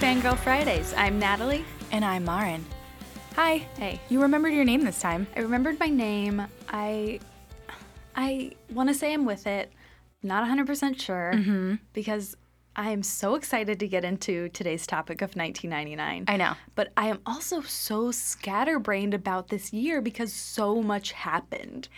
Fangirl Fridays. I'm Natalie. And I'm Marin. Hi. Hey, You remembered your name this time. I remembered my name. I I want to say I'm with it. Not 100% sure Mm-hmm. because I am so excited to get into today's topic of 1999. I know. But I am also so scatterbrained about this year because so much happened.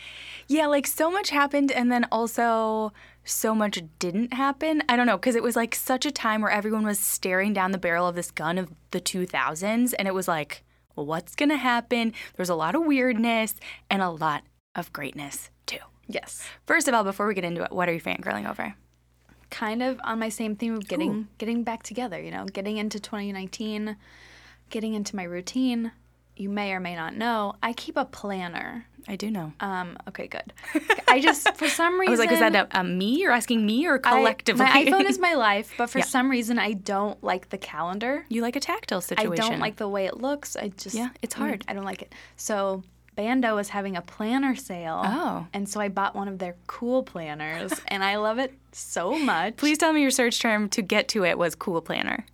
Yeah, like so much happened, and then also so much didn't happen. I don't know, because it was like such a time where everyone was staring down the barrel of this gun of the 2000s, and it was like, what's going to happen? There's a lot of weirdness and a lot of greatness, too. Yes. First of all, before we get into it, what are you fangirling over? kind of on my same theme of getting getting back together, you know, getting into 2019, getting into my routine. You may or may not know, I keep a planner. I do know. Um, okay, good. I just for some reason I was like, is that a, a me? You're asking me or I- collectively? my iPhone is my life, but for some reason I don't like the calendar. you like a tactile situation. I don't like the way it looks. I just Yeah, it's mm, hard. I don't like it. So Bando is having a planner sale. Oh. And so I bought one of their cool planners and I love it so much. Please tell me your search term to get to it was cool planner.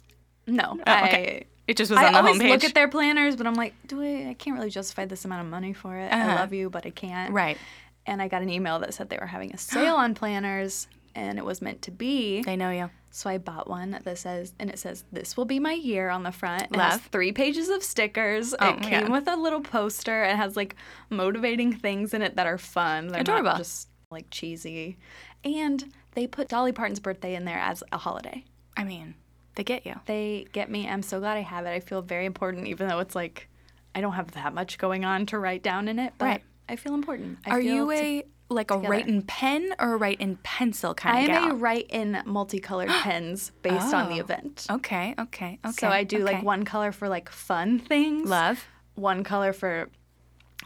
No. I Oh, okay. It just was I on the always homepage. look at their planners, but I'm like, do I? I can't really justify this amount of money for it. I love you, but I can't. Uh-huh. right. And I got an email that said they were having a sale on planners, and it was meant to be. They know you. So I bought one that says, and it says, "This will be my year" on the front. It has Love. three pages of stickers. Oh, it my came God. with a little poster. It has like motivating things in it that are fun. They're Adorable. not just like cheesy. And they put Dolly Parton's birthday in there as a holiday. I mean, they get you. they get me. I'm so glad I have it. I feel very important, even though it's like I don't have that much going on to write down in it. But Right. I feel important. I Are feel you to- a like a write in pen or a write in pencil kind I of am gal? a write in multicolored pens based on the Oh. event. okay, okay, okay. so I do like okay. one color for like fun things. love. One color for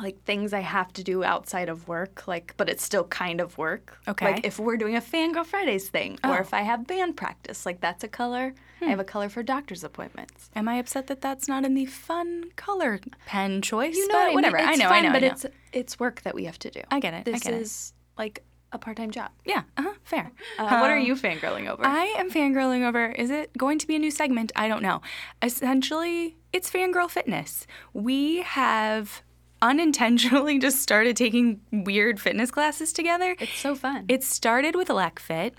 like things I have to do outside of work, like but it's still kind of work. Okay. Like if we're doing a Fangirl Fridays thing or if I have band practice, like that's a color. I have a color for doctor's appointments. Am I upset that that's not in the fun color pen choice? you know but what whatever. I, mean? It's know, fun, I know. but I know. it's it's work that we have to do. I get it, I This get it. is like a part-time job. yeah, uh-huh, fair. Uh, what are you fangirling over? I am fangirling over. Is it going to be a new segment? I don't know. Essentially, it's fangirl fitness. We have unintentionally just started taking weird fitness classes together. it's so fun. It started with Lack Fit.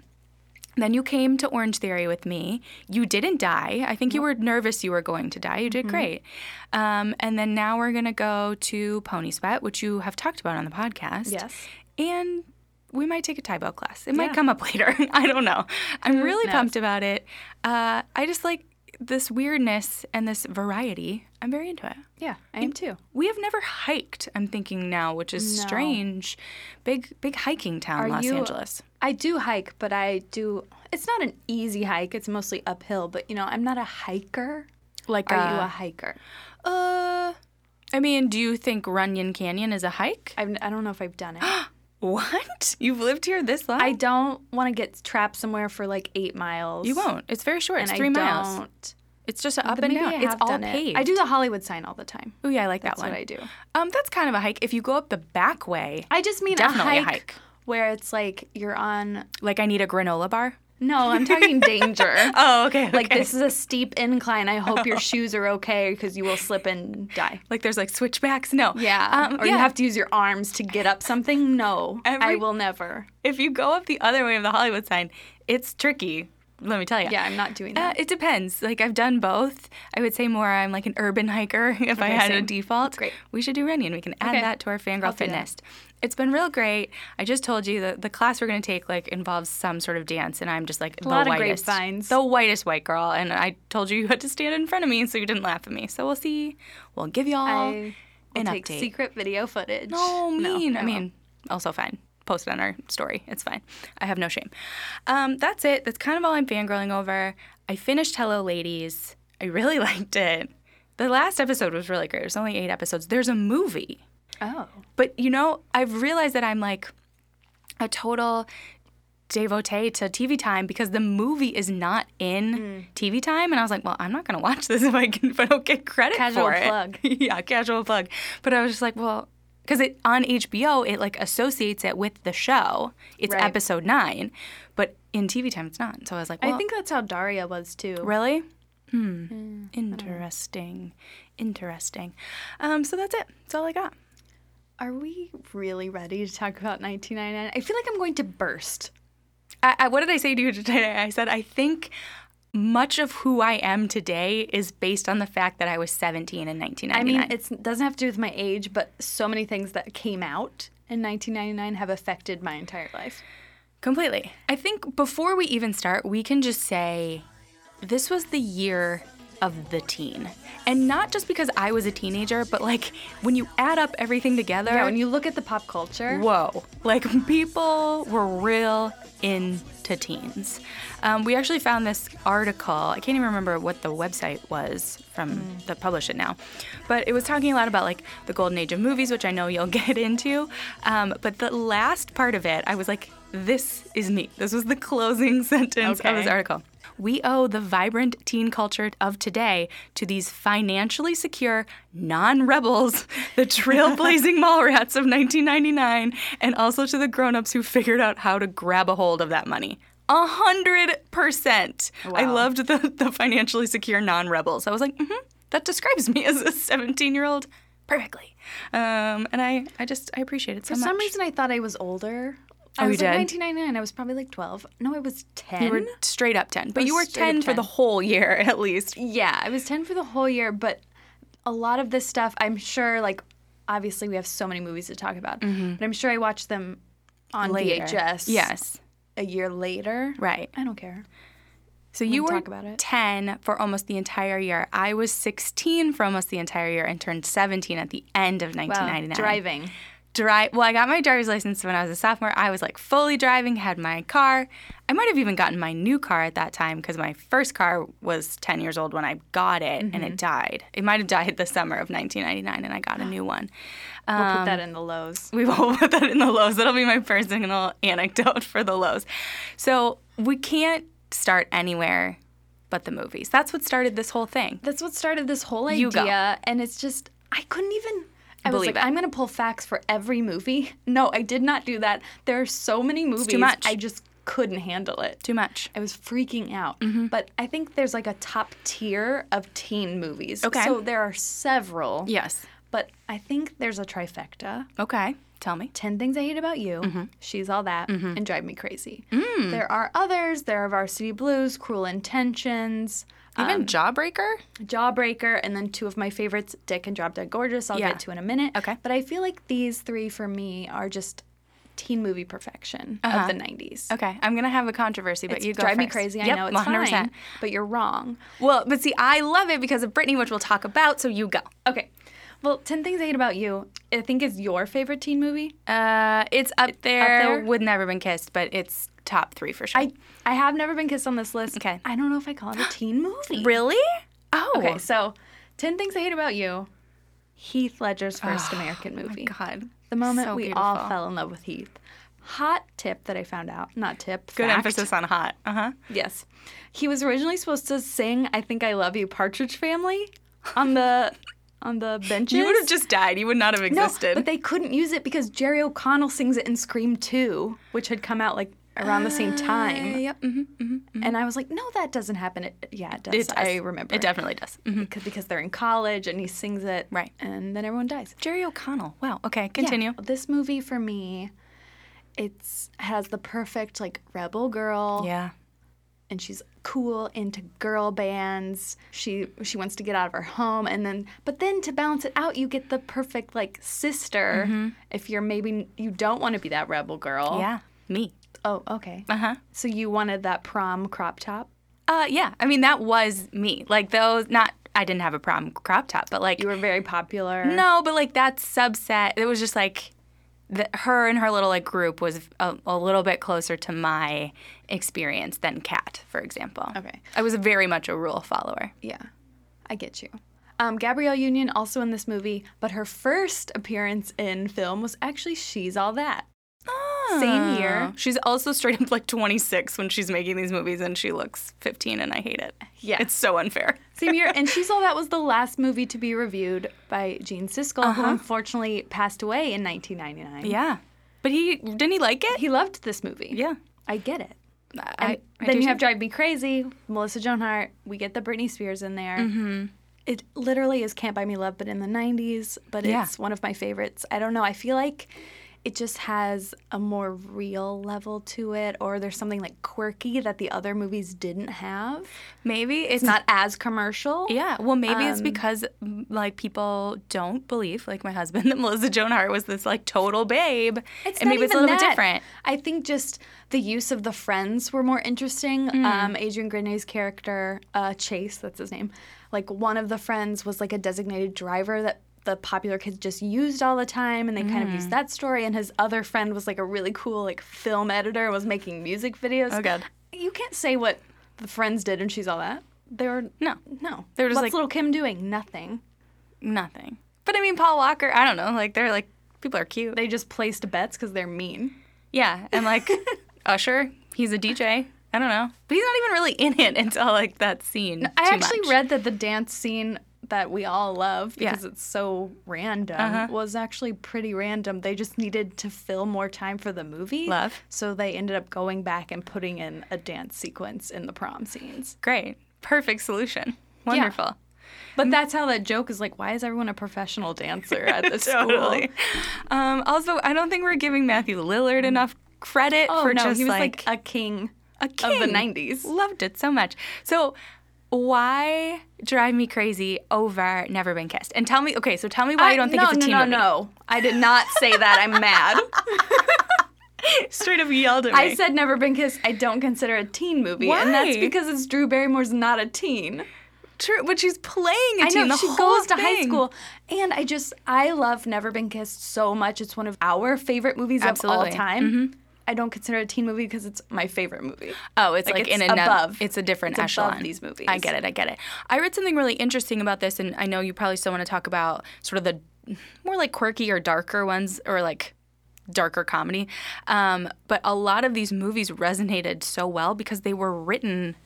Then you came to Orange Theory with me. You didn't die. I think you were nervous you were going to die. You Mm-hmm. did great. Um, and then now we're going to go to Pony Sweat, which you have talked about on the podcast. Yes. And we might take a Taibo class. It Yeah. might come up later. I don't know. I'm really knows? pumped about it. Uh, I just like this weirdness and this variety. I'm very into it. yeah, I am too. We have never hiked, I'm thinking now, which is No. strange. Big big hiking town, Los you- Angeles. I do hike, but I do. It's not an easy hike. It's mostly uphill. But you know, I'm not a hiker. Like Are uh, you a hiker? Uh, I mean, do you think Runyon Canyon is a hike? I've, I don't know if I've done it. What? You've lived here this long? I don't want to get trapped somewhere for like eight miles. you won't. It's very short. And it's three I miles. Don't. It's just a up But and maybe down. I it's have all done it. paved. I do the Hollywood sign all the time. Oh yeah, I like That's that one. what I do. Um, that's kind of a hike. If you go up the back way, I just mean Definitely a a hike hike. where it's like you're on like I need a granola bar. No, I'm talking danger. Oh, okay. Like this is a steep incline. I hope your shoes are okay because you will slip and die. Like there's like switchbacks. No. Um, or yeah. you have to use your arms to get up something. No, I Every- will never. If you go up the other way of the Hollywood sign, it's tricky. Let me tell you. Yeah, I'm not doing Uh, that. it depends. Like I've done both. I would say more I'm like an urban hiker if I had a same. default. Great. We should do Runyon. We can add Okay. that to our fangirl do that. fitness. It's been real great. I just told you that the class we're going to take like involves some sort of dance, and I'm just like the lot of whitest, grapevines. the whitest white girl. And I told you you had to stand in front of me, so you didn't laugh at me. So we'll see. We'll give y'all I will an take update. secret video footage. Oh, mean. I won't. mean, also fine. Post it on our story. It's fine. I have no shame. Um, that's it. That's kind of all I'm fangirling over. I finished Hello Ladies. I really liked it. The last episode was really great. There's only eight episodes. There's a movie. oh, But, you know, I've realized that I'm like a total devotee to TV time because the movie is not Hmm. in TV time. And I was like, well, I'm not going to watch this if I, can, if I don't get credit Casual for it. plug. yeah, casual plug. But I was just like, well, because it on HBO it like associates it with the show. It's Right. episode nine, but in TV time it's not. So I was like, well, I think that's how Daria was too. really. Hmm. Hmm. Interesting. Interesting. Um, so that's it. That's all I got. Are we really ready to talk about 1999? I feel like I'm going to burst. I, I, what did I say to you today? I said, I think much of who I am today is based on the fact that I was 17 in I mean, 1999. it doesn't have to do with my age, but so many things that came out in 1999 have affected my entire life. Completely. I think before we even start, we can just say this was the year of the teen. And not just because I was a teenager, but like when you add up everything together, Yeah, when you look at the pop culture, whoa, like people were real into teens. Um, we actually found this article. I can't even remember what the website was from that published it now, but it was talking a lot about like the golden age of movies, which I know you'll get into. Um, but the last part of it, I was like, this is me. This was the closing sentence of this Okay. article. We owe the vibrant teen culture of today to these financially secure non rebels, the trailblazing mall rats of 1999, and also to the grown ups who figured out how to grab a hold of that money. A hundred percent. I Wow. loved the, the financially secure non rebels. I was like, mm-hmm, that describes me as a 17 year old perfectly. Um, and I, I just, I appreciate it so for much. some reason I thought I was older. Oh, I was you like did? 1999. I was probably like 12. No, I was 10. you were straight up 10, but was you were straight up 10 for the 10. whole year at least. Yeah, I was 10 for the whole year, but a lot of this stuff, I'm sure, like, obviously we have so many movies to talk about, but I'm sure I watched them on Later. VHS Yes. a year later. Right. I don't care. So can you were talk about it. 10 for almost the entire year. I was 16 for almost the entire year and turned 17 at the end of Wow, 1999. Uh, driving. Drive. Well, I got my driver's license when I was a sophomore. I was like fully driving, had my car. I might have even gotten my new car at that time because my first car was 10 years old when I got it and Mm-hmm. it died. It might have died the summer of 1999 and I got a new one. We'll put that in the lows. We will put that in the lows. That'll be my personal anecdote for the lows. So we can't start anywhere but the movies. That's what started this whole thing. That's what started this whole idea, You go. and it's just, I couldn't even. I was Believe like, it. I'm going to pull facts for every movie. No, I did not do that. There are so many movies. much. I just couldn't handle it. Too Mm-hmm. much. I was freaking out. But I think there's like a top tier of teen movies. Okay. So there are several. Yes. But I think there's a trifecta. Okay. Tell me. 10 Things I Hate About You, Mm-hmm. She's All That, and Drive Me Crazy. Mm. There are others. There are Varsity Blues, Cruel Intentions, Even Jawbreaker? Jawbreaker, and then two of my favorites, Dick and Drop Dead Gorgeous, I'll Yeah. get to in a minute. Okay. But I feel like these three for me are just teen movie perfection of the 90s. Okay. I'm going to have a controversy, but Uh-huh. you go Drive me first. crazy. Yep, I know it's 100%. fine, but you're wrong. Well, but see, I love it because of Brittany, which we'll talk about. So you go. Okay. Well, 10 Things I Hate About You, I think is your favorite teen movie. Uh, it's up there, there? with Never Been Kissed, but it's top three for sure. I, I have never been kissed on this list. Okay. I don't know if I call it a teen movie. really? Oh. Okay, so 10 Things I Hate About You, Heath Ledger's first American movie. Oh God. The moment So we all beautiful. fell in love with Heath. Hot tip that I found out, not tip. Good fact. emphasis on hot. Uh huh. Yes. He was originally supposed to sing I Think I Love You Partridge Family on the on the benches. You would have just died. You would not have No, existed. but they couldn't use it because Jerry O'Connell sings it in Scream 2, which had come out like around the same time. yep. hmm And I was like, no, that doesn't happen. It, yeah, it Mm-hmm. does. I remember. It definitely does. Mhm. Because, because they're in college and he sings it. Right. And then everyone dies. Jerry O'Connell. Wow. Okay. Yeah, Continue. This movie for me, it's has the perfect like rebel girl. Yeah. and she's cool into girl bands. She she wants to get out of her home and then but then to balance it out you get the perfect like sister if you're maybe you don't want to be that rebel girl. Mm-hmm. Yeah. Me. Oh, okay. Uh huh. So you wanted that prom crop top? Uh yeah. I mean that was me. Like those. Not. I didn't have a prom crop top, but like You were very popular. no, but like that subset. It was just like. The, her and her little like group was a, a little bit closer to my experience than Kat, for example. Okay. I was very much a rule follower. Yeah. I get you. Um, Gabrielle Union also in this movie, but her first appearance in film was actually She's All That. Same year. She's also straight up like 26 when she's making these movies, and she looks 15, and I hate it. Yeah. It's so unfair. Same year, and she saw that was the last movie to be reviewed by Gene Siskel, who unfortunately passed away in 1999. Yeah. But he didn't he like it? He loved this movie. yeah. I get it. I, I then do you too. have Drive Me Crazy, Melissa Joan Hart. We get the Britney Spears in there. It literally is Can't Buy Me Love, but in the 90s. But Yeah. it's one of my favorites. I don't know. I feel like it just has a more real level to it, or there's something like quirky that the other movies didn't have. maybe it's, Not as commercial. Yeah, well, maybe um, it's because m- like people don't believe, like my husband, that Melissa Joan Hart was this like total babe, It's and not maybe it's a even little bit that. different. I think just the use of the friends were more interesting. Mm. Um, Adrian Grenier's character, uh, Chase, that's his name, like one of the friends was like a designated driver that the popular kids just used all the time, and they kind of Mm. used that story. And his other friend was like a really cool like film editor and was making music videos. Oh, God. You can't say what the friends did, and she's all that. They were No, no. They were just, What's like- little Kim doing? Nothing. nothing. But I mean, Paul Walker, I don't know, like they're like people are cute. They just placed bets because they're mean. yeah, and like Usher, he's a DJ. I don't know, but he's not even really in it until like that scene. I too actually much. read that the dance scene that we all love Yeah. Uh-huh. because it's so random was actually pretty random. They just needed to fill more time for the movie. Love. So they ended up going back and putting in a dance sequence in the prom scenes. great, perfect solution, wonderful. Mm. But that's how that joke is like, why is everyone a professional dancer at this Totally. school? Um, also, I don't think we're giving Matthew Lillard enough credit Mm. Oh for no, just he was like, a king. a of the king. 90s. Loved it so much. So, why drive me crazy over Never Been Kissed? And tell me, okay, so tell me why you don't think no, it's a no, teen no, movie. no. I did not say that. I'm mad. Straight up yelled at me. I said Never Been Kissed. I don't consider a teen movie, and that's Why? because it's Drew Barrymore's not a teen. true, but she's playing a I teen. know the she whole goes to high thing. school, and I just I love Never Been Kissed so much. It's one of our favorite movies of Absolutely. Mm-hmm. all time. I don't consider it a teen movie because it's my favorite movie. Oh, it's like, Like, in it's another. above. It's a different It's above echelon. these movies. I get it. I get it. I read something really interesting about this, and I know you probably still want to talk about sort of the more like quirky or darker ones, or like darker comedy. Um, but a lot of these movies resonated so well because they were written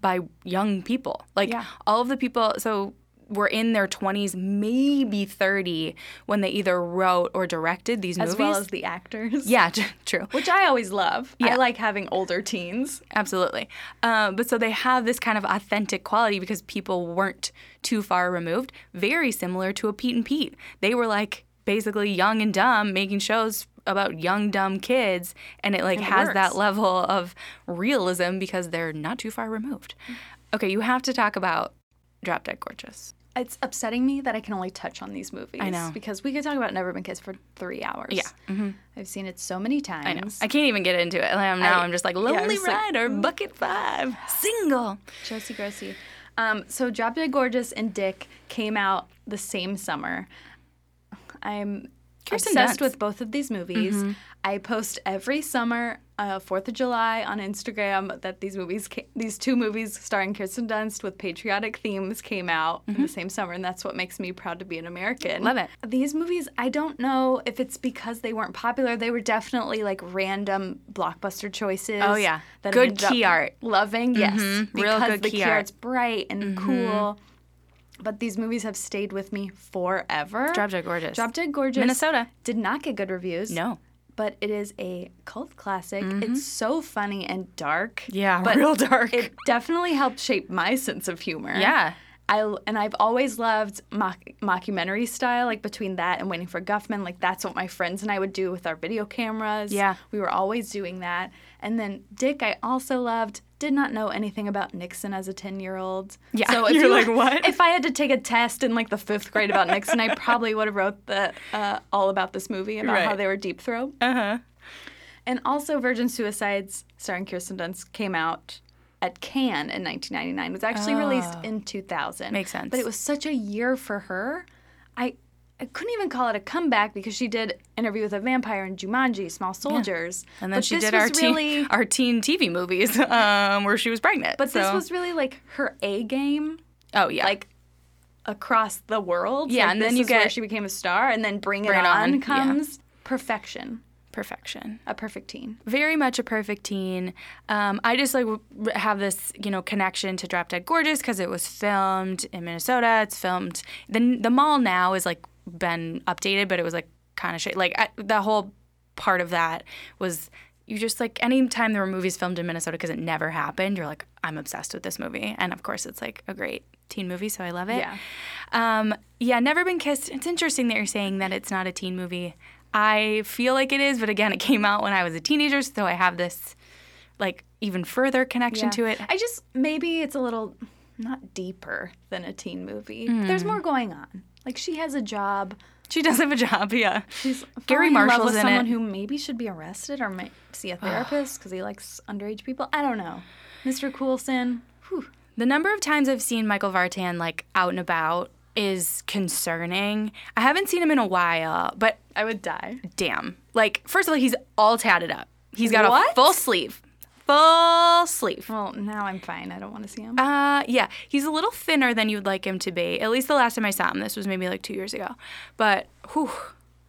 by young people. Like Yeah. all of the people. So were in their 20s maybe 30 when they either wrote or directed these As movies well as the actors. yeah true Which I always love. Yeah. I like having older teens. Absolutely. Um, but so they have this kind of authentic quality because people weren't too far removed, very similar to a Pete and Pete. They were like basically young and dumb, making shows about young, dumb kids. And it like it has that works. level of realism because they're not too far removed. Mm. Okay, you have to talk about Drop Dead Gorgeous. It's upsetting me that I can only touch on these movies. I know. Because we could talk about Never Been Kissed for three hours. Yeah. Mm-hmm. I've seen it so many times. I know. I can't even get into it. And I'm- Now I, I- am just like, yeah, I'm Lonely just like, "Mm." Rider, Bucket Five, Single. Josie Grossi. Um, so Drop Dead Gorgeous and Dick came out the same summer. I'm Kirsten obsessed Dunst. with both of these movies. Mm-hmm. I post every summer, uh, Fourth of July, on Instagram that these movies, ca- these two movies starring Kirsten Dunst with patriotic themes, came out in the same summer, and that's what makes me proud to be an American. Mm-hmm. Love it. These movies, I don't know if it's because they weren't popular. They were definitely like random blockbuster choices. Oh, yeah. that I Good ended up key art. Loving, Mm-hmm. yes, Real because good the key key art. art's bright and Mm-hmm. cool. But these movies have stayed with me forever. Drop Dead Gorgeous. Drop Dead Gorgeous. Minnesota. Did not get good reviews. No. But it is a cult classic. It's so funny and dark. Mm-hmm. Yeah, but real dark. It definitely helped shape my sense of humor. Yeah. I, and I've always loved mock, mockumentary style, like between that and Waiting for Guffman. Like, that's what my friends and I would do with our video cameras. Yeah. We were always doing that. And then Dick, I also loved. Did not know anything about Nixon as a 10 year old. Yeah, you're like, "What?" If I had to take a test in like the fifth grade about Nixon, I probably would have wrote the uh, all about this movie about how Right. they were deep throat. Uh huh. And also, Virgin Suicides, starring Kirsten Dunst, came out at Cannes in 1999. It was actually released in 2000. Ah. Makes sense. But it was such a year for her. I I couldn't even call it a comeback because she did Interview with a Vampire and Jumanji, Small Soldiers. And then but she this did was our teen, really, our teen TV movies um, where she was pregnant. But this so- was really like her A game, oh yeah, like across the world. Yeah, Like, and then this you is where get- she became a star, and then Bring It, Bring It on, On, yeah. comes perfection, perfection. a perfect teen. Very much a perfect teen. Um, I just like w- have this you know connection to Drop Dead Gorgeous because it was filmed in Minnesota. It's filmed the the mall now is like been updated, but it was like kind of shady. Like I, the whole part of that was you just like anytime there were movies filmed in Minnesota because it never happened, you're like, I'm obsessed with this movie. And of course, it's like a great teen movie, so I love it. Yeah. Um, yeah, Never Been Kissed. It's interesting that you're saying that it's not a teen movie. I feel like it is, but again, it came out when I was a teenager, so I have this like even further connection Yeah. to it. I just maybe it's a little not deeper than a teen movie. Hmm. There's more going on. Like she has a job. She does have a job, yeah. She's falling Gary in love Marshall's with in someone it. who maybe should be arrested or might see a therapist because he likes underage people. I don't know. Mr. Coulson. Whew. The number of times I've seen Michael Vartan like out and about is concerning. I haven't seen him in a while, but I would die. damn. Like, first of all, he's all tatted up. He's got a What? full sleeve. Full sleeve. Well, now I'm fine. I don't want to see him. Uh, yeah, he's a little thinner than you'd like him to be. At least the last time I saw him, this was maybe like two years ago. But whew,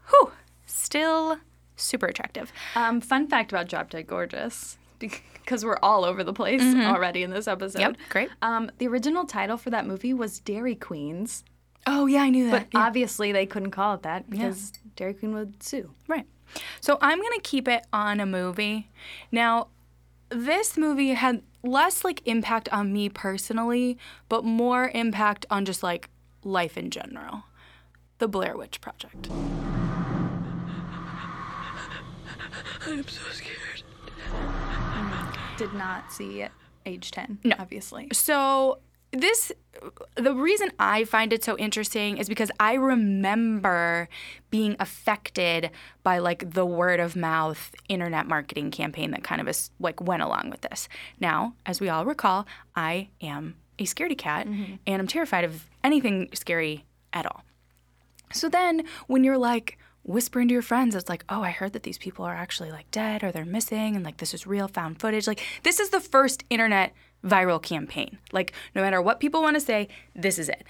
whew, still super attractive. Um, fun fact about Drop Dead Gorgeous, because we're all over the place already in this episode. Mm-hmm. Yep, great. Um, the original title for that movie was Dairy Queens, Oh yeah, I knew but that. Yeah. obviously they couldn't call it that because Dairy Queen would sue. Right. So I'm going to keep it on a movie. Now, this movie had less like impact on me personally, but more impact on just like life in general. The Blair Witch Project. I'm so scared. Did not see at age 10, obviously. So this the reason I find it so interesting is because I remember being affected by like the word of mouth internet marketing campaign that kind of is like went along with this. Now, as we all recall, I am a scaredy cat and I'm terrified of anything scary at all. So then when you're like whispering to your friends, it's like, oh, I heard that these people are actually like dead or they're missing and like this is real found footage. Like this is the first internet viral campaign. Like no matter what people want to say, this is it.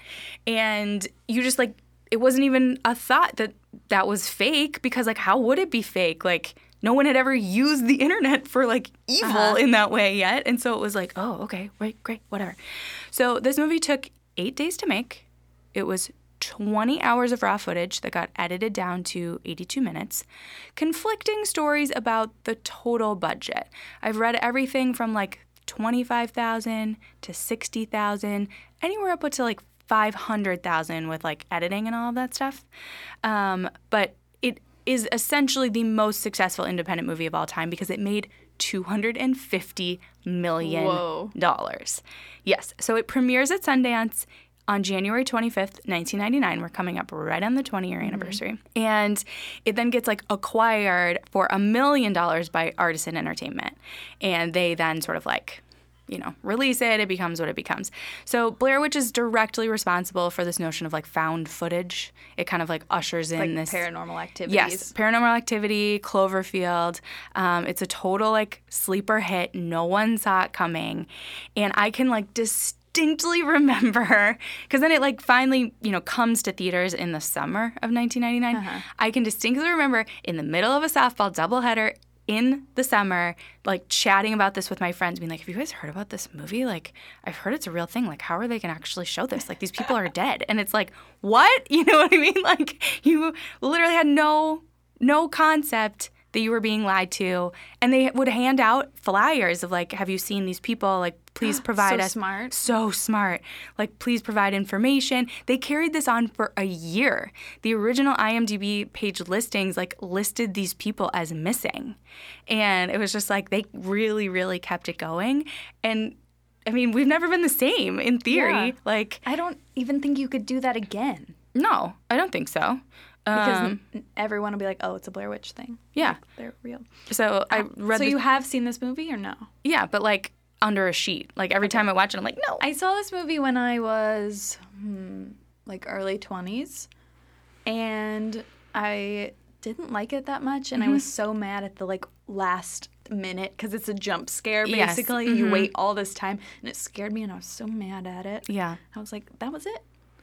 And you just like, it wasn't even a thought that that was fake because like how would it be fake? Like no one had ever used the internet for like evil in that way yet. And so it was like, oh, okay, right, great, whatever. So this movie took eight days to make. It was 20 hours of raw footage that got edited down to 82 minutes, conflicting stories about the total budget. I've read everything from like 25,000 to 60,000, anywhere up to like 500,000 with like editing and all of that stuff. Um, but it is essentially the most successful independent movie of all time because it made 250 million Whoa. dollars. Yes, so it premieres at Sundance on January 25th, 1999. We're coming up right on the 20 Mm-hmm. year anniversary. And it then gets like acquired for a million dollars by Artisan Entertainment. And they then sort of like you know, release it, it becomes what it becomes. So Blair Witch is directly responsible for this notion of like found footage. It kind of like ushers in Like this paranormal activities. Yes, Paranormal Activity, Cloverfield. Um, it's a total like sleeper hit. No one saw it coming, and I can like distinctly remember because then it like finally you know comes to theaters in the summer of 1999. I can distinctly remember in the middle of a softball doubleheader in the summer, like chatting about this with my friends, being like, "Have you guys heard about this movie? Like, I've heard it's a real thing. Like, how are they gonna actually show this? Like, these people are dead." And it's like, "What? You know what I mean? Like, you literally had no no concept that you were being lied to." And they would hand out flyers of like, "Have you seen these people? Like, please provide So us smart. so smart. Like, please provide information. They carried this on for a year. The original IMDb page listings like listed these people as missing, and it was just like they really, really kept it going. And I mean, we've never been the same in theory. Yeah. Like, I don't even think you could do that again no, I don't think so. because Um, n- everyone will be like, oh, it's a Blair Witch thing. yeah. They're real. So I read. Uh, so this- you have seen this movie or no? yeah, but like under a sheet. Like every time I watch it, I'm like, no. I saw this movie when I was hmm, like early 20s and I didn't like it that much and I Mm-hmm. was so mad at the like last minute because it's a jump scare Yes, Mm-hmm. basically you wait all this time and it scared me and I was so mad at it. yeah, I was like that was it.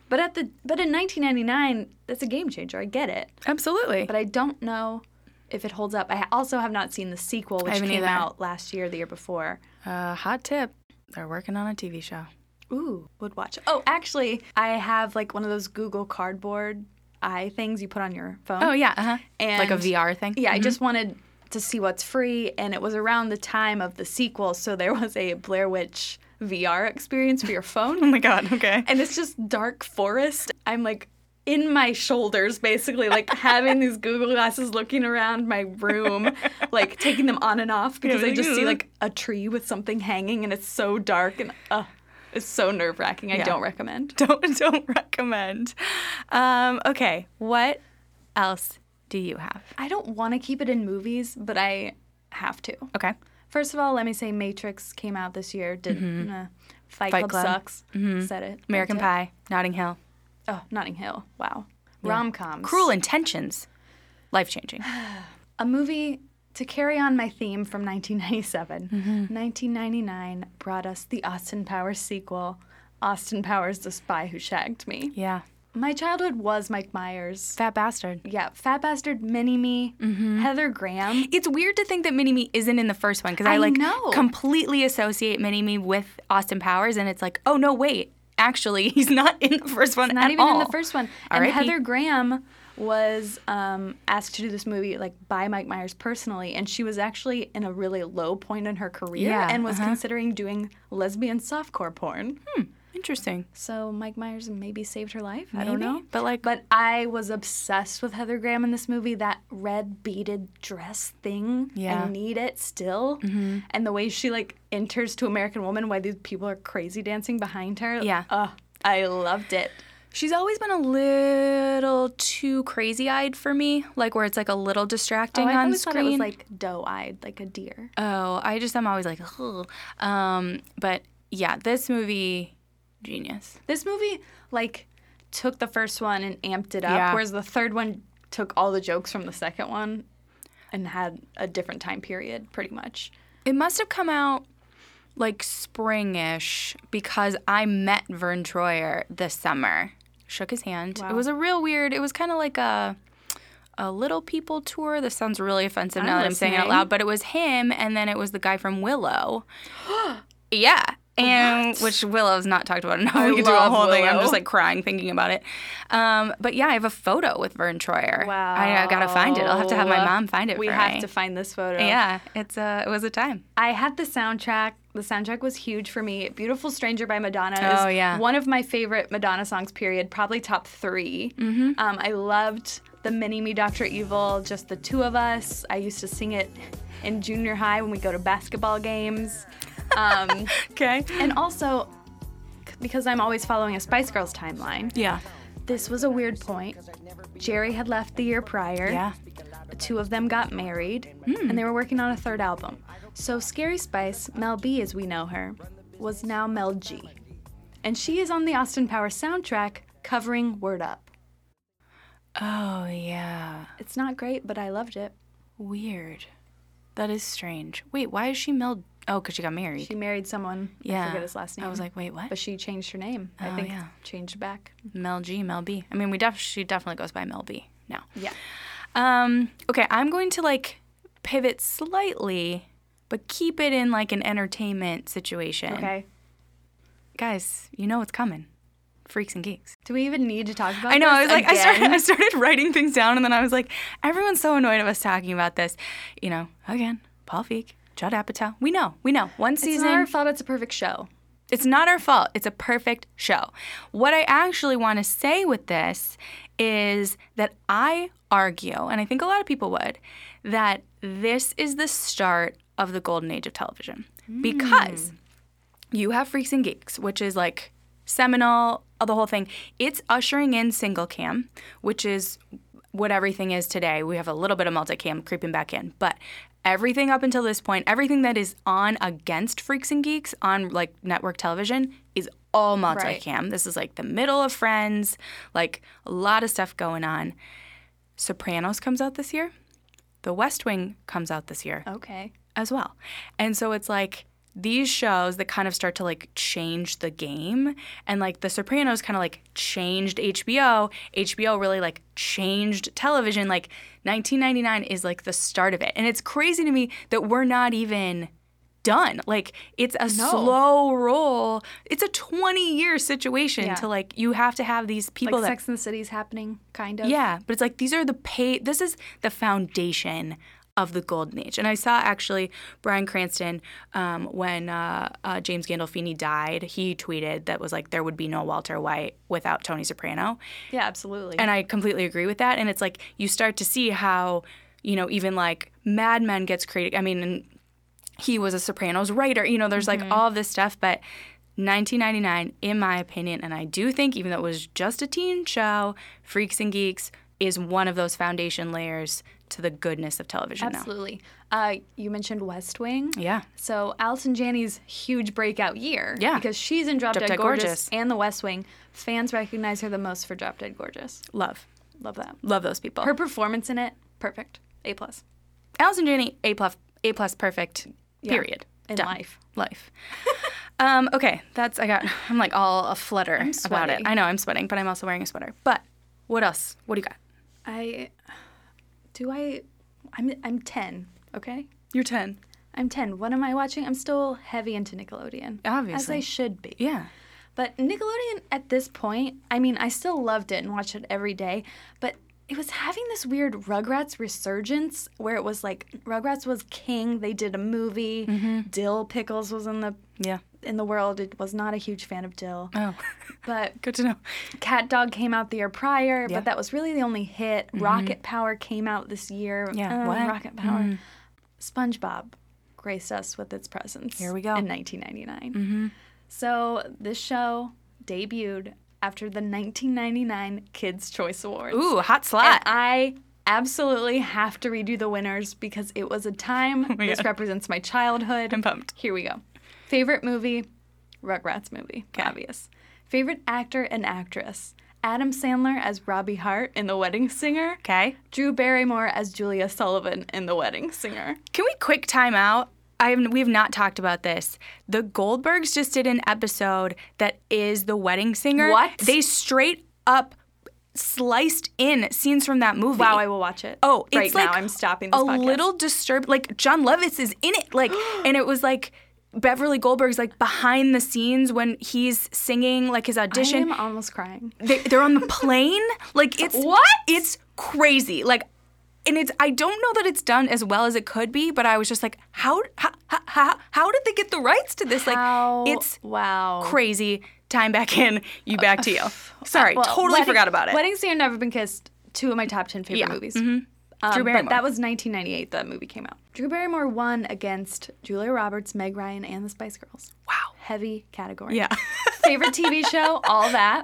But at the but in 1999 that's a game changer. I get it. absolutely. But I don't know if it holds up. I ha- also have not seen the sequel which haven't came either. out last year or the year before. Uh, hot tip: they're working on a TV show. Ooh, would watch. Oh, actually, I have like one of those Google Cardboard eye things you put on your phone. Oh yeah, uh-huh. and like a VR thing. Yeah, I just wanted to see what's free, and it was around the time of the sequel, so there was a Blair Witch VR experience for your phone. Oh my god. Okay. and it's just dark forest. I'm like in my shoulders, basically, like having these Google glasses looking around my room, like taking them on and off because I just see like a tree with something hanging and it's so dark and uh, it's so nerve wracking. I Yeah. don't recommend. don't don't recommend. Um, okay. What else do you have? I don't want to keep it in movies, but I have to. Okay. First of all, let me say Matrix came out this year. Did uh, Fight, Mm-hmm. Fight Club, Club. Mm-hmm. sucks? Said it. American Liked Pie, Notting Hill, it. Oh, Notting Hill. Wow. Rom coms. Cruel Intentions, life changing. a movie to carry on my theme from 1997. Mm-hmm. 1999 brought us the Austin Powers sequel, Austin Powers: The Spy Who Shagged Me. Yeah. My childhood was Mike Myers. Fat bastard. Yeah, Fat Bastard, Mini Me, Mm-hmm. Heather Graham. It's weird to think that Mini Me isn't in the first one because I, I like know. completely associate Mini Me with Austin Powers, and it's like, oh no, wait, actually, he's not in the first one Not at even in the all. first one. And R.I.P. Heather Graham was um, asked to do this movie like by Mike Myers personally, and she was actually in a really low point in her career Yeah, uh-huh. and was considering doing lesbian softcore porn. Interesting. So Mike Myers maybe saved her life. I don't Maybe, know. but, like- but I was obsessed with Heather Graham in this movie. That red beaded dress thing. Yeah. Mm-hmm. I need it still. And the way she like enters to American Woman, why these people are crazy dancing behind her. Yeah. Ugh, I loved it. She's always been a little too crazy eyed for me, like where it's like a little distracting Oh, I on always screen. thought it was like doe eyed, like a deer. oh, I just am always like, Ugh. um, but yeah, this movie, genius. This movie like took the first one and amped it up, Yeah. whereas the third one took all the jokes from the second one and had a different time period, pretty much. It must have come out like springish because I met Vern Troyer this summer. Shook his hand. It was a real weird. It was kind of like a a little people tour. This sounds really offensive now that I'm saying it out listening. loud, but it was him, and then it was the guy from Willow. yeah. And which Willow's not talked about enough. we could do a love whole thing. I'm Willow. just like crying thinking about it. Um, but yeah, I have a photo with Vern Troyer. I, I gotta find it. I'll have to have my Wow. mom find it We for have me. to find this photo. yeah, it's uh, it was a time. I had the soundtrack. The soundtrack was huge for me. Beautiful Stranger by Madonna is Oh, yeah. one of my favorite Madonna songs, period. Probably top 3 Mm-hmm. Um, I loved the Mini Me Dr. Evil, just the two of us. I used to sing it in junior high when we go to basketball games. Um, Okay. and also, c- because I'm always following a Spice Girls timeline, Yeah. this was a weird point. Jerry had left the year prior. Yeah. two of them got married and they were working on a third album. So Scary Spice, Mel B as we know her, was now Mel G. And she is on the Austin Powers soundtrack covering Word Up. Oh, yeah. It's not great, but I loved it. Weird. That is strange. Wait, why is she Mel? Oh, because she got married. She married someone. yeah. I forget his last name. I was like, wait, what? but she changed her name. Oh, I think yeah. changed back. Mel G, Mel B. I mean, we def- she definitely goes by Mel B now. Yeah. Um, okay, I'm going to like pivot slightly, but keep it in like an entertainment situation. Okay. Guys, you know what's coming. Freaks and geeks. Do we even need to talk about I know. I was this like, I started, again? I started writing things down, and then I was like, everyone's so annoyed of us talking about this. You know, again, Paul Feig, Judd Apatow. We know, we know. One It's season, not our fault it's a perfect show. it's not our fault. It's a perfect show. What I actually want to say with this is that I argue, and I think a lot of people would, that this is the start of the golden age of television Mm. because you have Freaks and Geeks, which is like seminal, uh, the whole thing. It's ushering in single cam, which is what everything is today. We have a little bit of multicam creeping back in, but everything up until this point, everything that is on against Freaks and Geeks on like network television is all multicam. This is like the middle of Friends, like a lot of stuff going on. Sopranos comes out this year. The West Wing comes out this year Okay. as well. And so it's like these shows that kind of start to like change the game and like The Sopranos kind of like changed HBO. HBO really like changed television. Like 1999 is like the start of it. And it's crazy to me that we're not even done. Like it's a slow roll. It's a 20 year situation Yeah. to like you have to have these people Like that Sex and the City's happening, kind of. yeah, but it's like these are the pay. This is the foundation of the golden age. And I saw actually Brian Cranston um, when uh, uh, James Gandolfini died. He tweeted that was like there would be no Walter White without Tony Soprano, Yeah, absolutely. and I completely agree with that. And it's like you start to see how you know even like Mad Men gets created. I mean, and he was a Sopranos writer. You know, there's like all this stuff, but. 1999, in my opinion, and I do think, even though it was just a teen show, Freaks and Geeks is one of those foundation layers to the goodness of television now. absolutely. Uh, you mentioned West Wing. Yeah. So Alison Janney's huge breakout year. Yeah. Because she's in Drop, Drop Dead, Dead Gorgeous, Gorgeous. and The West Wing. Fans recognize her the most for Drop Dead Gorgeous. Love. Love that. Love those people. Her performance in it, perfect. A plus. Allison Janney, A plus, A plus, perfect. Period. In Done. life. Life. um, okay, that's I got. I'm like all aflutter about it. sweaty. I know I'm sweating, but I'm also wearing a sweater. But what else? What do you got? I do I I'm I'm ten, okay? You're ten. I'm ten. What am I watching? I'm still heavy into Nickelodeon. As Obviously. I should be. Yeah. But Nickelodeon at this point, I mean, I still loved it and watched it every day, but it was having this weird Rugrats resurgence where it was like Rugrats was king. They did a movie. Dill Pickles was in the Yeah. in the world. It was not a huge fan of Dill, Oh, but good to know. Cat Dog came out the year prior, Yeah. Mm-hmm. but that was really the only hit. Rocket Power came out this year. Yeah, Uh, what? Mm-hmm. Rocket Power. SpongeBob graced us with its presence. Here we go. Mm-hmm. In 1999. So this show debuted after the 1999 Kids' Choice Awards. Ooh, hot And slot. I absolutely have to redo the winners because it was a time. my this God. represents Oh my childhood. I'm pumped. Here we go. Favorite movie? Rugrats movie. Obvious. Favorite actor and actress? Adam Sandler as Robbie Hart in The Wedding Singer. Okay. Drew Barrymore as Julia Sullivan in The Wedding Singer. Can we quick time out? I have, we have not talked about this. The Goldbergs just did an episode that is the wedding singer. What? They straight up sliced in scenes from that movie. Wow, I will watch it. Oh, right it's now like I'm stopping this a podcast. little disturbed. Like John Lovitz is in it. Like, and it was like Beverly Goldberg's like behind the scenes when he's singing like his I audition. am almost crying. They, they're on the plane. Like it's What? It's crazy. Like, and it's I don't know that it's done as well as it could be, but I was just like, how how how, how did they get the rights to this? Like, How- it's wow. crazy. Time back in, you back to you. Sorry, Well, totally Wedding- forgot about it. Wedding Singer, Never Been Kissed, two of my top 10 favorite Yeah, Mm-hmm. movies. Drew Um, but Barrymore. that was 1998 that movie came out. Drew Barrymore won against Julia Roberts, Meg Ryan, and the Spice Girls. Wow. Heavy category. Yeah. Favorite TV show, all that.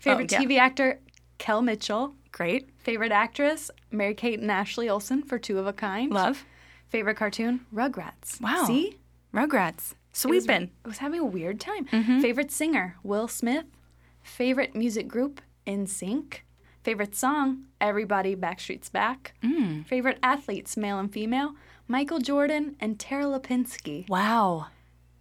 Favorite Oh, yeah. TV actor, Kel Mitchell. Great. Favorite actress, Mary Kate and Ashley Olsen for Two of a Kind. Love. Favorite cartoon, Rugrats. Wow. See? Rugrats. Sweepin. I was having a weird time. Mm-hmm. Favorite singer, Will Smith. Favorite music group, In Sync. Favorite song, Everybody Backstreet's Back. Mm. Favorite athletes, male and female, Michael Jordan and Tara Lipinski. Wow.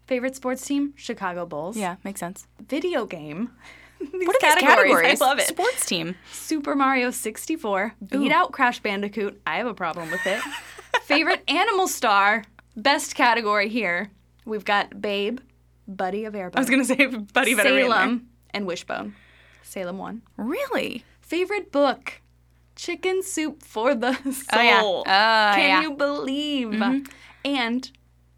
Favorite sports team, Chicago Bulls. Yeah, makes sense. Video game. These What are these categories? I love it. Sports team. Super Mario 64, beat out Crash Bandicoot. I have a problem with it. Favorite animal star, best category here. We've got Babe, Buddy of Airbud. I was gonna say Buddy better be in there. Salem and Wishbone. Salem won. Really? Favorite book? Chicken Soup for the Soul. yeah. Oh, Can yeah. Mm-hmm. you believe? And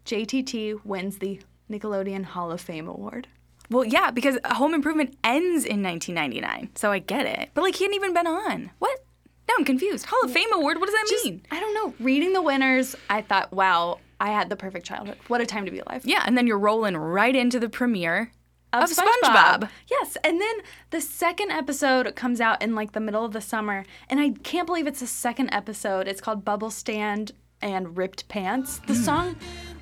JTT wins the Nickelodeon Hall of Fame award. Well, yeah, because Home Improvement ends in 1999, so I get it. But like, he hadn't even been on. What? Now I'm confused. Hall of Fame award? What does that mean? I don't know. Reading the winners, I thought, wow, I had the perfect childhood. What a time to be alive. Yeah, and then you're rolling right into the premiere of, SpongeBob. Yes, and then the second episode comes out in like the middle of the summer, and I can't believe it's the second episode. It's called Bubble Stand and Ripped Pants. The song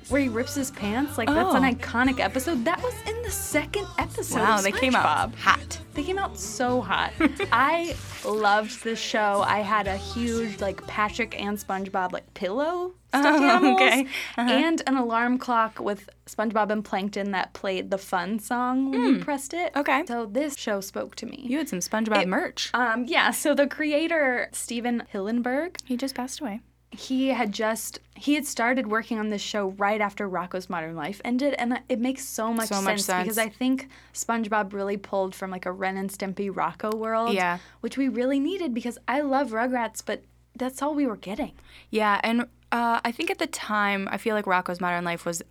where he rips his pants, like that's an Hmm. Oh. iconic episode. That was in the second episode. Wow, of they came out SpongeBob. hot. They came out so hot. I loved this show. I had a huge like Patrick and SpongeBob like pillow stuffed Oh, animals okay. Uh-huh. and an alarm clock with SpongeBob and Plankton that played the fun song when you pressed it. Hmm. Okay. So this show spoke to me. You had some SpongeBob merch. um, yeah, so the creator, Steven Hillenberg, He just passed away. he had just he had started working on this show right after Rocco's Modern Life ended, and it makes so much, So sense, much sense. because I think SpongeBob really pulled from like a Ren and Stimpy Rocco world, Yeah. which we really needed because I love Rugrats, but that's all we were getting. Yeah, and Uh, I think at the time, I feel like Rocco's Modern Life was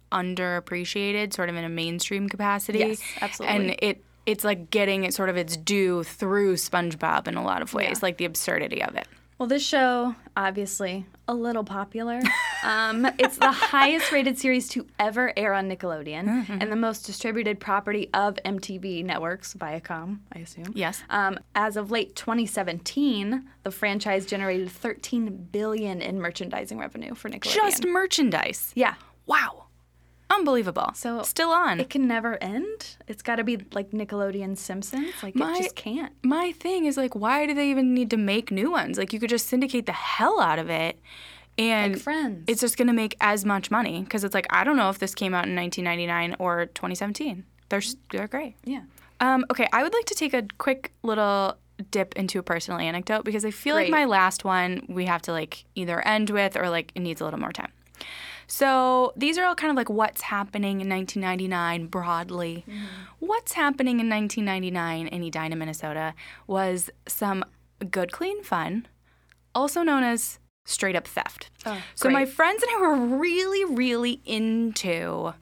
underappreciated, sort of in a mainstream capacity. Yes, absolutely. And it it's like getting it sort of its due through SpongeBob in a lot of ways, Yeah. like the absurdity of it. Well, this show, obviously, a little popular. Um, it's the highest rated series to ever air on Nickelodeon Mm-hmm. and the most distributed property of MTV Networks, Viacom, I assume. Yes. Um, as of late 2017, the franchise generated 13 billion in merchandising revenue for Nickelodeon. Just merchandise. yeah. Wow, unbelievable. So still on. It can never end. It's got to be like Nickelodeon Simpsons. Like My- it just can't. my thing is like why do they even need to make new ones like you could just syndicate the hell out of it and Like Friends. it's just going to make as much money because it's like i don't know if this came out in 1999 or 2017 they're, s- they're great Yeah. um, okay i would like to take a quick little dip into a personal anecdote because i feel like Great. my last one we have to like either end with or like it needs a little more time so these are all kind of like what's happening in 1999 broadly. What's happening in 1999 in Edina, Minnesota was some good, clean fun, also known as straight up theft. so my friends and I were really, really into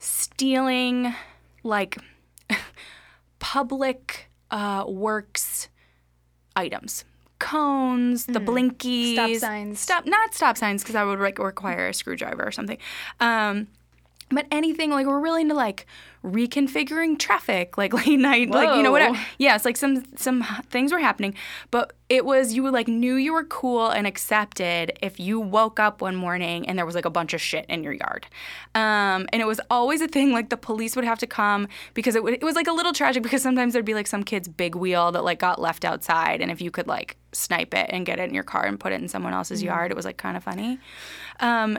stealing like public uh, works items. Cones, the blinkies, signs. stop not stop signs because I would like require a screwdriver or something. Um, but anything like we're really into like reconfiguring traffic, like late night, like you know whatever. Whoa. Yes, like some some things were happening, but it was you like knew you were cool and accepted if you woke up one morning and there was like a bunch of shit in your yard, um, and it was always a thing like the police would have to come because it would, it was like a little tragic because sometimes there'd be like some kid's big wheel that like got left outside, and if you could like snipe it and get it in your car and put it in someone else's yard, it was like kind of funny. Um,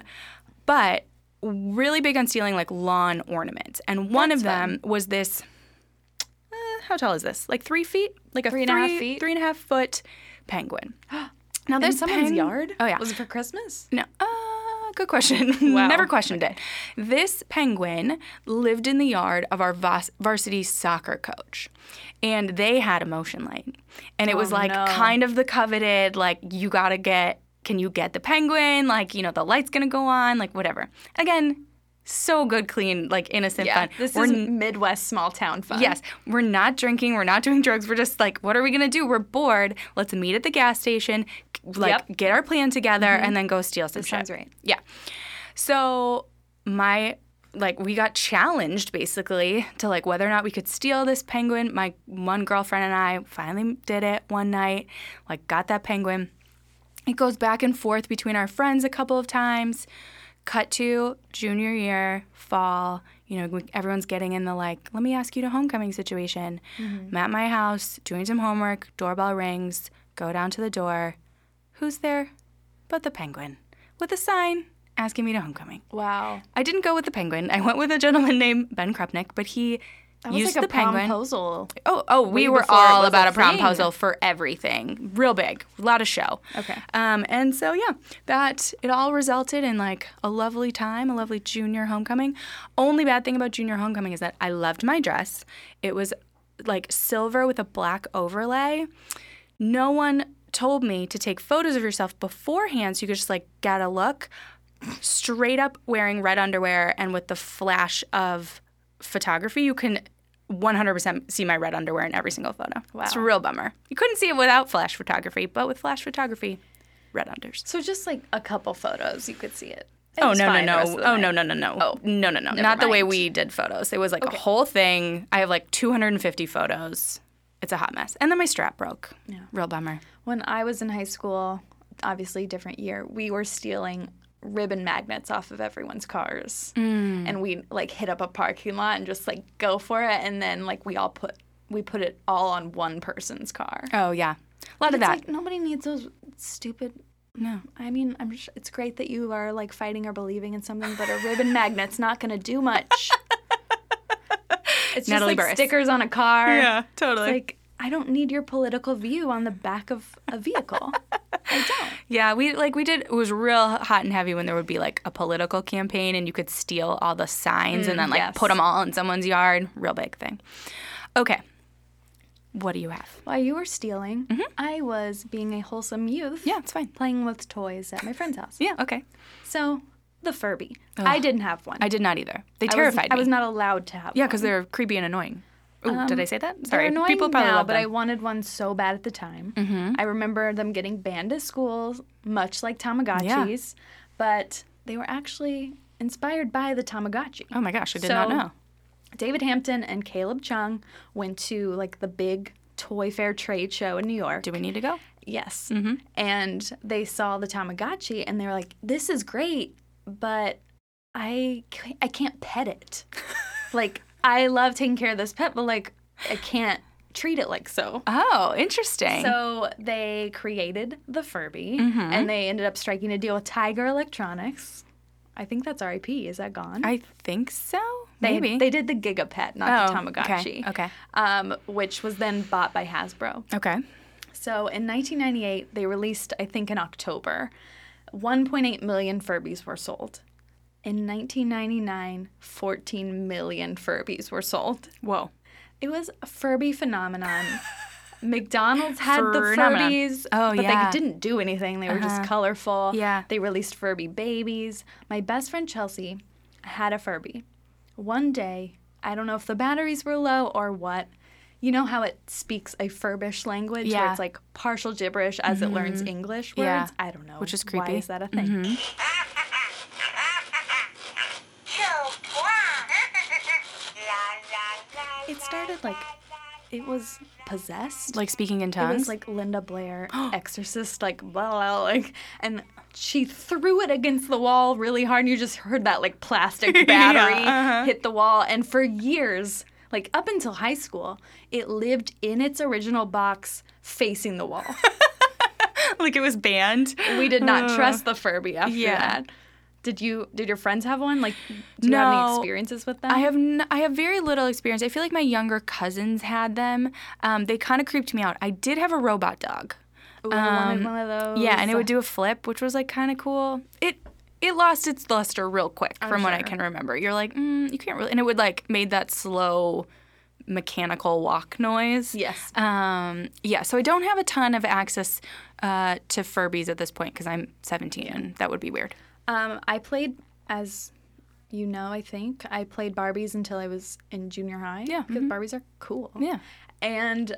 but really big on stealing like lawn ornaments, and one of them was this. uh, how tall is this? Like three feet? Like a Three and a half feet? three and a half foot penguin. now In someone's peng- yard. Oh yeah. Was it for Christmas? No. Uh, good question. Never questioned it. This penguin lived in the yard of our vas- varsity soccer coach, and they had a motion light, and it was Oh, like no. kind of the coveted, like you gotta get. Can you get the penguin? Like you know, the light's gonna go on. Like whatever. Again, so good, clean, like innocent fun. This We're is n- Midwest small town fun. Yes, we're not drinking, we're not doing drugs. We're just like, what are we gonna do? We're bored. Let's meet at the gas station, c- like Yep. get our plan together, and then go steal some That shit. sounds right. Yeah. So my like we got challenged basically to like whether or not we could steal this penguin. My one girlfriend and I finally did it one night. Like got that penguin. It goes back and forth between our friends a couple of times. Cut to junior year, fall. You know, everyone's getting in the like, let me ask you to homecoming situation. I'm at my house doing some homework, doorbell rings, go down to the door. Who's there? But the penguin with a sign asking me to homecoming. Wow. I didn't go with the penguin. I went with a gentleman named Ben Krupnik, but he That was used like a the penguin. promposal. Oh, oh, we Way were before it all was about a a prom thing. puzzle for everything. Real big, a lot of show. Okay. Um, and so yeah, that it all resulted in like a lovely time, a lovely junior homecoming. Only bad thing about junior homecoming is that I loved my dress. It was like silver with a black overlay. No one told me to take photos of yourself beforehand, so you could just like get a look. Straight up wearing red underwear and with the flash of photography, you can 100% see my red underwear in every single photo. It's a Wow. real bummer. You couldn't see it without flash photography, but with flash photography, red unders. So just like a couple photos, you could see it. It Oh was no no fine the no! rest of the Oh no night. no no no! Oh no no no! Not the way mind. we did photos. It was like a whole thing. I have like 250 photos. It's a hot mess. And then my strap broke. Yeah. Real bummer. When I was in high school, obviously different year, we were stealing ribbon magnets off of everyone's cars, Mm. and we like hit up a parking lot and just like go for it, and then like we all put we put it all on one person's car. Oh yeah, a lot of It's that. like nobody needs those stupid. no. I mean, I'm. Sh- it's great that you are like fighting or believing in something, but a ribbon magnet's not going to do much. It's just Natalie like Burris. stickers on a car. totally. like I don't need your political view on the back of a vehicle. I don't. Yeah, we like we did. It was real hot and heavy when there would be like a political campaign, and you could steal all the signs and then like Mm, yes. put them all in someone's yard. Real big thing. Okay, What do you have? While you were stealing, I was being a wholesome youth. Mm-hmm. Yeah, it's fine. Playing with toys at my friend's house. Yeah, okay. So, the Furby. I didn't have one. I did not either. They I was- terrified I was me. not allowed to have yeah, one. because they're creepy and annoying. Ooh, did I say that? They're Sorry, annoying people probably now, love but I them. Mm-hmm. wanted one so bad at the time. I remember them getting banned at schools, much like Tamagotchis, but they were actually inspired by the Tamagotchi. oh my gosh, I did not So- know. David Hampton and Caleb Chung went to like the big toy fair trade show in New York. Do Mm-hmm. we need to go? Yes. And they saw the Tamagotchi and they were like, this is great, but I, ca- I can't pet it. like, I love taking care of this pet, but like, I can't treat it like so. Oh, interesting. So they created the Furby Mm-hmm. and they ended up striking a deal with Tiger Electronics. I think that's RIP. Is that gone? I think so. they, Maybe. They did the Gigapet, not Oh, the Tamagotchi. okay, okay. Um, which was then bought by Hasbro. okay. So in 1998, they released, I think in October, 1.8 million Furbies were sold. In 1999, 14 million Furbies were sold. Whoa. It was a Furby phenomenon. McDonald's had Phenomenon. the Furbies, Oh, but yeah. Uh-huh. they didn't do anything. They were just colorful. Yeah. They released Furby babies. My best friend Chelsea had a Furby. One day, I don't know if the batteries were low or what. You know how it speaks a Furbish language where Yeah. Mm-hmm. it's like partial gibberish as it learns English words? Yeah. I don't know. Which is Why creepy. Mm-hmm. is that a thing? It started like It was possessed. Like speaking in It tongues. was like Linda Blair, Oh. Exorcist, like blah, blah, like, and she threw it against the wall really hard, and you just heard that like plastic battery uh-huh. hit the wall. And for years, like up until high school, it lived in its original box facing the wall. like it was banned. we did not trust the Furby after Yeah. that. Did you? Did your friends have one? Like, do you have any No. experiences with them? I have n- I have very little experience. I feel like my younger cousins had them. Um, they kind of creeped me out. I did have a robot dog. Ooh, I wanted one of those. um, Yeah, and it would do a flip, which was like kind of cool. It it lost its luster real quick from what I sure. can remember. You're like, mm, you can't really, and it would like made that slow mechanical walk noise. Yes. Um, yeah, so I don't have a ton of access uh, to Furbies at this point because I'm 17 and that would be weird. Um, I played, as you know, I think I played Barbies until I was in junior high. Yeah, mm-hmm. because Barbies are cool. Yeah. And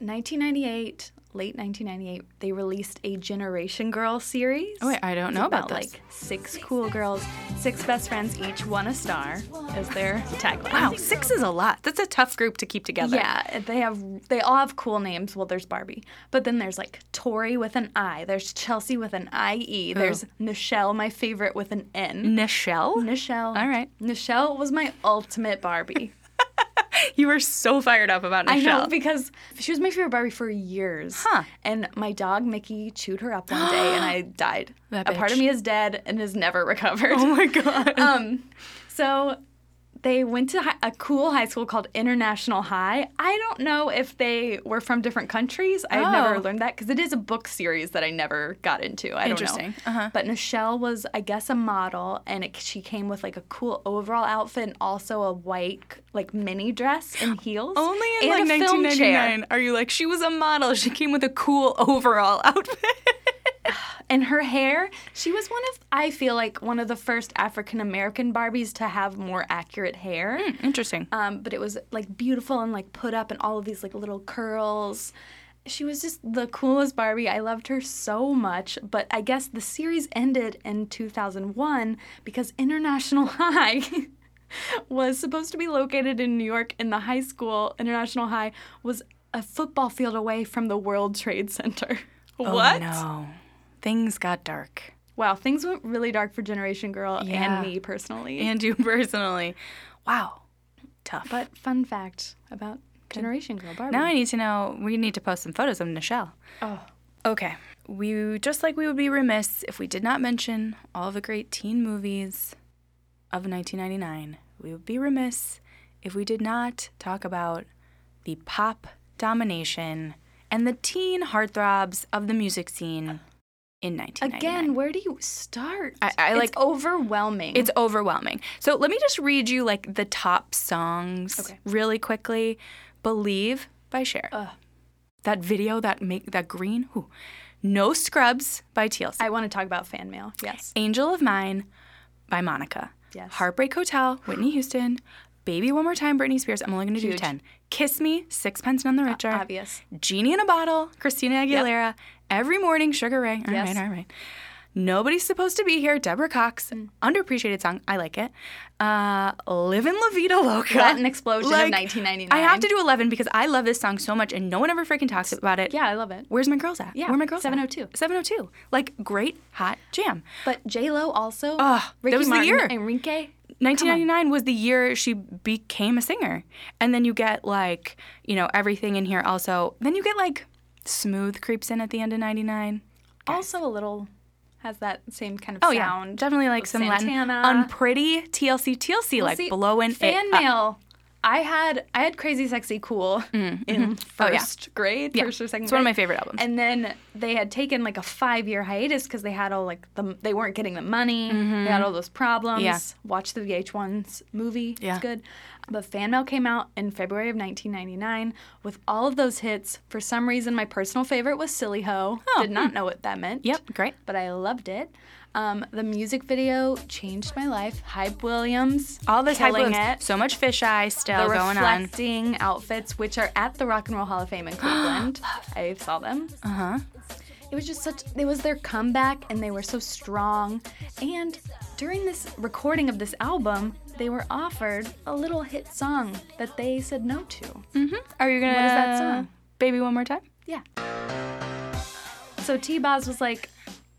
1998, late 1998, they released a Generation Girl series. Oh, wait, I don't know about, about this. like six cool girls, six best friends, each one a star, is their tagline. wow, six is a lot. That's a tough group to keep together. Yeah, they have they all have cool names. Well, there's Barbie, but then there's like Tori with an I. There's Chelsea with an I E. Oh. There's Nichelle, my favorite, with an N. Nichelle? Nichelle. All right. Nichelle was my ultimate Barbie. You were so fired up about Nichelle. I know because she was my favorite Barbie for years. Huh. And my dog Mickey chewed her up one day and I died. That A part of bitch. me is dead and is never recovered. Oh my god. Um, so they went to hi- a cool high school called International High. I don't know if they were from different countries. I had Oh. never learned that because it is a book series that I never got into. I Interesting. Uh-huh. don't know. But Nichelle was, I guess, a model, and it, she came with like a cool overall outfit and also a white like mini dress and heels. Only in and like a film chair. 1999 are you like she was a model. She came with a cool overall outfit. And her hair, she was one of, I feel like, one of the first African American Barbies to have more accurate hair. Interesting. um, but it was like beautiful and like put up in all of these like little curls. She was just the coolest Barbie. I loved her so much. But I guess the series ended in 2001 because International High was supposed to be located in New York, and the high school, International High, was a football field away from the World Trade Center. what? Oh, no. Things got dark. Wow, things went really dark for Generation Girl Yeah. and me personally. And you personally. Wow. Tough. but fun fact about Generation Girl Barbie. now I need to know we need to post some photos of Nichelle. oh. Okay. We just like we would be remiss if we did not mention all the great teen movies of 1999. We would be remiss if we did not talk about the pop domination and the teen heartthrobs of the music scene in 1999. Again, where do you start? I- I, It's like- overwhelming. It's overwhelming. So let me just read you like the top songs Okay. really quickly. Believe by Cher. That video that make that green. whew. No Scrubs by TLC. I want to talk about fan mail. Yes. Angel of Mine by Monica. Yes. Heartbreak Hotel, Whitney Houston. Baby One More Time, Britney Spears. I'm only going to do 10. Kiss Me, Sixpence None the Richer. obvious. Genie in a Bottle, Christina Aguilera. Every Morning, Sugar Ray. All right, Yes. all right. Nobody's Supposed to Be Here, Deborah Cox. Mm. Underappreciated song. I like it. Uh, Live in La Vida Loca. Latin Explosion of 1999. I have to do 11 because I love this song so much and no one ever freaking talks about it. Yeah, I love it. Where's my girls at? Yeah, Where are my girls at? 702. 702. Like, great, hot jam. But J Lo also. Ugh, Ricky Ah, that was the Martin year. And Rinke. 1999 was the year she became a singer. And then you get like, you know, everything in here also. Then you get like Smooth creeps in at the end of 99. Also a little has that same kind of Oh, yeah. sound. Definitely like some Santana. Latin. Unpretty TLC TLC, like See, blowing fan it up. Mm, mail. I had I had Crazy Sexy Cool in Oh, yeah. first grade, first or second. It's one of grade. my favorite albums. And then they had taken like a five year hiatus because they had all like the they weren't getting the money. They had all those problems. Mm-hmm. Yeah. Watch the VH1's movie. Yeah. It's good. But Fan Mail came out in February of 1999 with all of those hits. For some reason, my personal favorite was Silly Ho. Did not know what that meant. Oh, hmm. Yep, great. But I loved it. Um, the music video changed my life. Hype Williams. All this hype killing balloons. it So much fisheye still the going on. reflecting outfits, which are at the Rock and Roll Hall of Fame in Cleveland. I saw them. Uh huh. Uh-huh. It was just such. It was their comeback, and they were so strong. And during this recording of this album, they were offered a little hit song that they said no to. Are you gonna? What is that song? Baby, one more time. Yeah. So T Boz was like,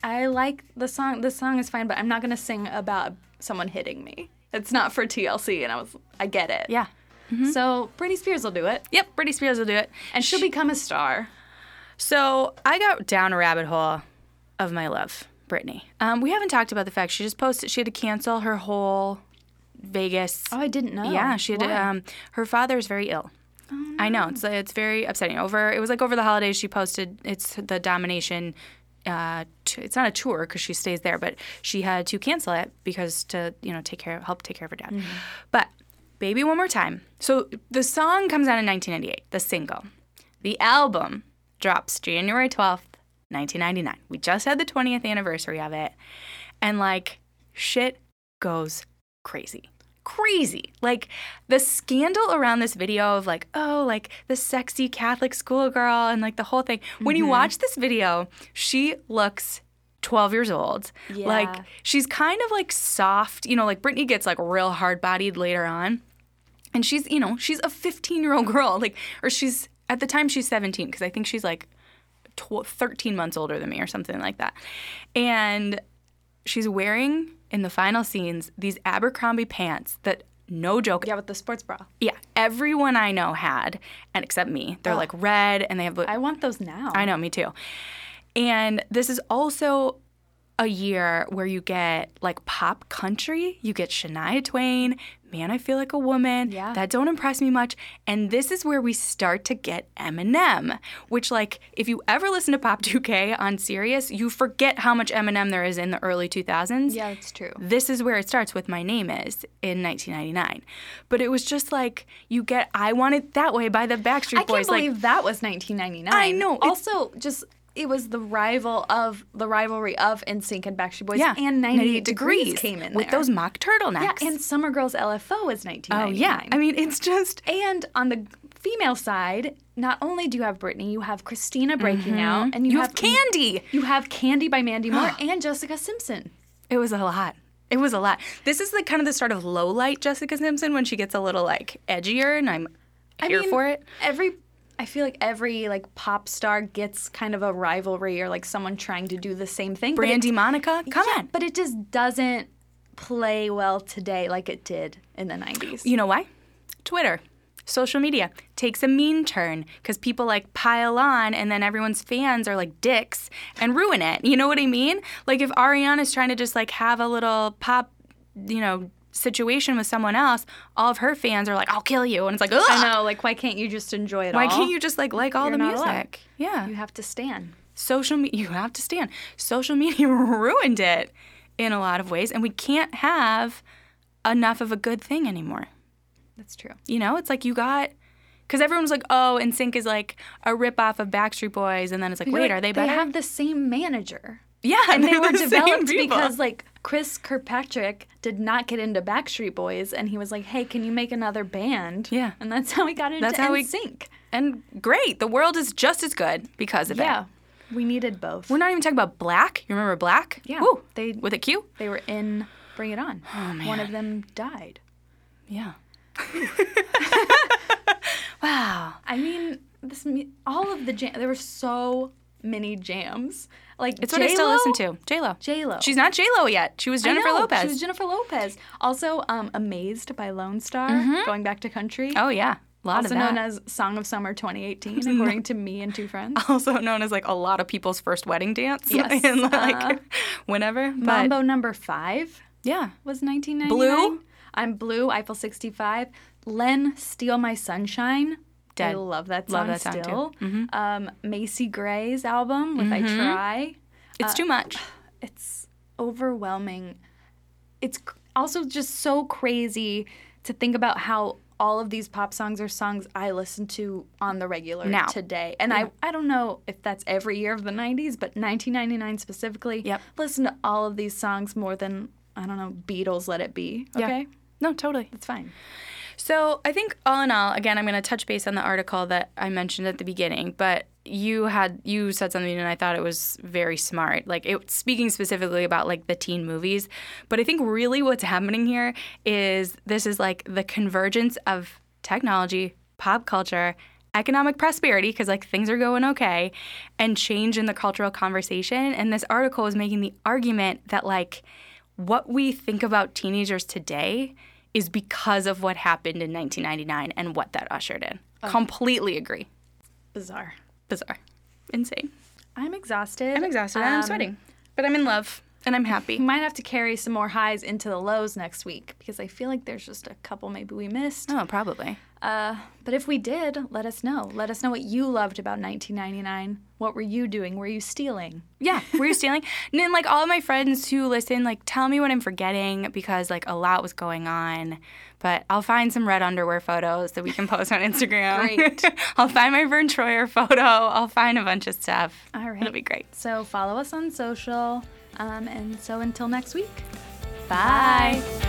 I like the song. This song is fine, but I'm not gonna sing about someone hitting me. It's not for TLC, and I was, I get it. Yeah. So Britney Spears will do it. Yep. Britney Spears will do it. and she'll become a star. So I got down a rabbit hole of my love, Brittany. Um, we haven't talked about the fact she just posted she had to cancel her whole Vegas. Oh, I didn't know. yeah, she had. Why? Oh, Um, her father is very ill. I know it's it's very upsetting. Over it was like over the holidays she posted it's the domination. Uh, t- it's not a tour because she stays there, but she had to cancel it because to you know take care of help take care of her dad. Mm-hmm. But baby, one more time. So the song comes out in 1998, the single. The album drops January 12th, 1999. We just had the 20th anniversary of it. And like, shit goes crazy. Crazy. Like, the scandal around this video of like, oh, like the sexy Catholic schoolgirl and like the whole thing. When you watch this video, she looks 12 years old. Yeah. Like, she's kind of like soft, you know, like Britney gets like real hard bodied later on and she's you know she's a 15 year old girl like or she's at the time she's 17 because i think she's like tw- 13 months older than me or something like that and she's wearing in the final scenes these abercrombie pants that no joke yeah, with the sports bra. yeah everyone i know had and except me they're like red and they have I want those now. I know, me too. And this is also a year where you get like pop country, you get Shania Twain, Man, I Feel Like a Woman. Yeah. That don't impress me much. And this is where we start to get Eminem, which, like, if you ever listen to Pop 2K on Sirius, you forget how much Eminem there is in the early 2000s Yeah, it's true. this is where it starts with my name is in 1999 but it was just like you get i want it that way by the backstreet I can't boys like believe that was 1999. I know, it's- Also, just it was the rival of the rivalry of NSYNC and Backstreet Boys. yeah and 98, degrees, came in with there. those mock Yeah, turtlenecks and Summer Girls LFO was 1999. oh yeah i mean it's just and on the female side, not only do you have Britney, you have Christina breaking out, and you, Mm-hmm. you, have candy You have Candy by Mandy Moore and Jessica Simpson. it was a lot it was a lot this is the kind of the start of low light jessica simpson when she gets a little like edgier and i'm here for it Every I feel like every like pop star gets kind of a rivalry or like someone trying to do the same thing. but it- brandy monica come Yeah, on But it just doesn't play well today like it did in the 90s. You know why? Twitter, social media takes a mean turn because people like pile on and then everyone's fans are like dicks and ruin it. You know what I mean? Like if Ariana's trying to just like have a little pop, you know, situation with someone else, all of her fans are like, I'll kill you. And it's like, Ugh! I know, like why can't you just enjoy it Why all? can't you just like like all You're the not music? allowed. Yeah. You have to stand. social media you have to stand social media ruined it in a lot of ways and we can't have enough of a good thing anymore That's true. you know, it's like you got Because everyone was like, oh, and Sync is like a ripoff of Backstreet Boys. And then it's like, wait, Like, are they better? They have the same manager. yeah. And they they're were the same developed people. because like Chris Kirkpatrick did not get into Backstreet Boys, and he was like, "Hey, can you make another band?" Yeah. and that's how we got into That's how we- NSYNC. And great. The world is just as good because of it. Yeah, we needed both. We're not even talking about Black. You remember Black? Yeah, Ooh, they- with a Q? they were in Bring It On. Oh, One of them died. Yeah. I mean, this mu- all of the jam. There were so many jams. Like It's what I still listen to. J Lo. J Lo. She's not J Lo yet. She was Jennifer Lopez. She was Jennifer Lopez. Also, um, amazed by Lone Star. Going back to country. Mm-hmm. oh yeah, a lot also of that. known as Song of Summer 2018, according to me and two friends. also known as like a lot of people's first wedding dance. Yes, and like uh, whenever. But Mambo number five yeah, was 1999. Blue? I'm Blue, Eiffel 65. Len, Steal My Sunshine. I Dead. love that song Love that song, still. Um, Macy Gray's album with I Try. Uh, it's too much. It's overwhelming. It's c- also just so crazy to think about how all of these pop songs are songs I listen to on the regular Now. today. And I, I don't know if that's every year of the 90s, but 1999 specifically, Yep. listen to all of these songs more than, I don't know, Beatles Let It Be. Yeah. Okay? No, totally. It's fine. So I think all in all, again, I'm going to touch base on the article that I mentioned at the beginning, but you had you said something and I thought it was very smart. Like it speaking specifically about like the teen movies, but I think really what's happening here is this is like the convergence of technology, pop culture, economic prosperity because like things are going okay and change in the cultural conversation and this article is making the argument that like what we think about teenagers today is because of what happened in 1999 and what that ushered in. Completely agree. Bizarre. Bizarre. Insane. I'm exhausted. I'm exhausted and I'm Um, sweating, but I'm in love and I'm We happy. might have to carry some more highs into the lows next week because I feel like there's just a couple maybe we missed. Oh, probably. Uh, but if we did, let us know. Let us know what you loved about 1999. What were you doing? Were you stealing? Yeah, were you stealing? and then, like, all of my friends who listen, like, tell me what I'm forgetting because, like, a lot was going on. But I'll find some red underwear photos that we can post on Instagram. Great. I'll find my Vern Troyer photo. I'll find a bunch of stuff. All right. It'll be great. So follow us on social. Um, and so until next week. Bye. Bye.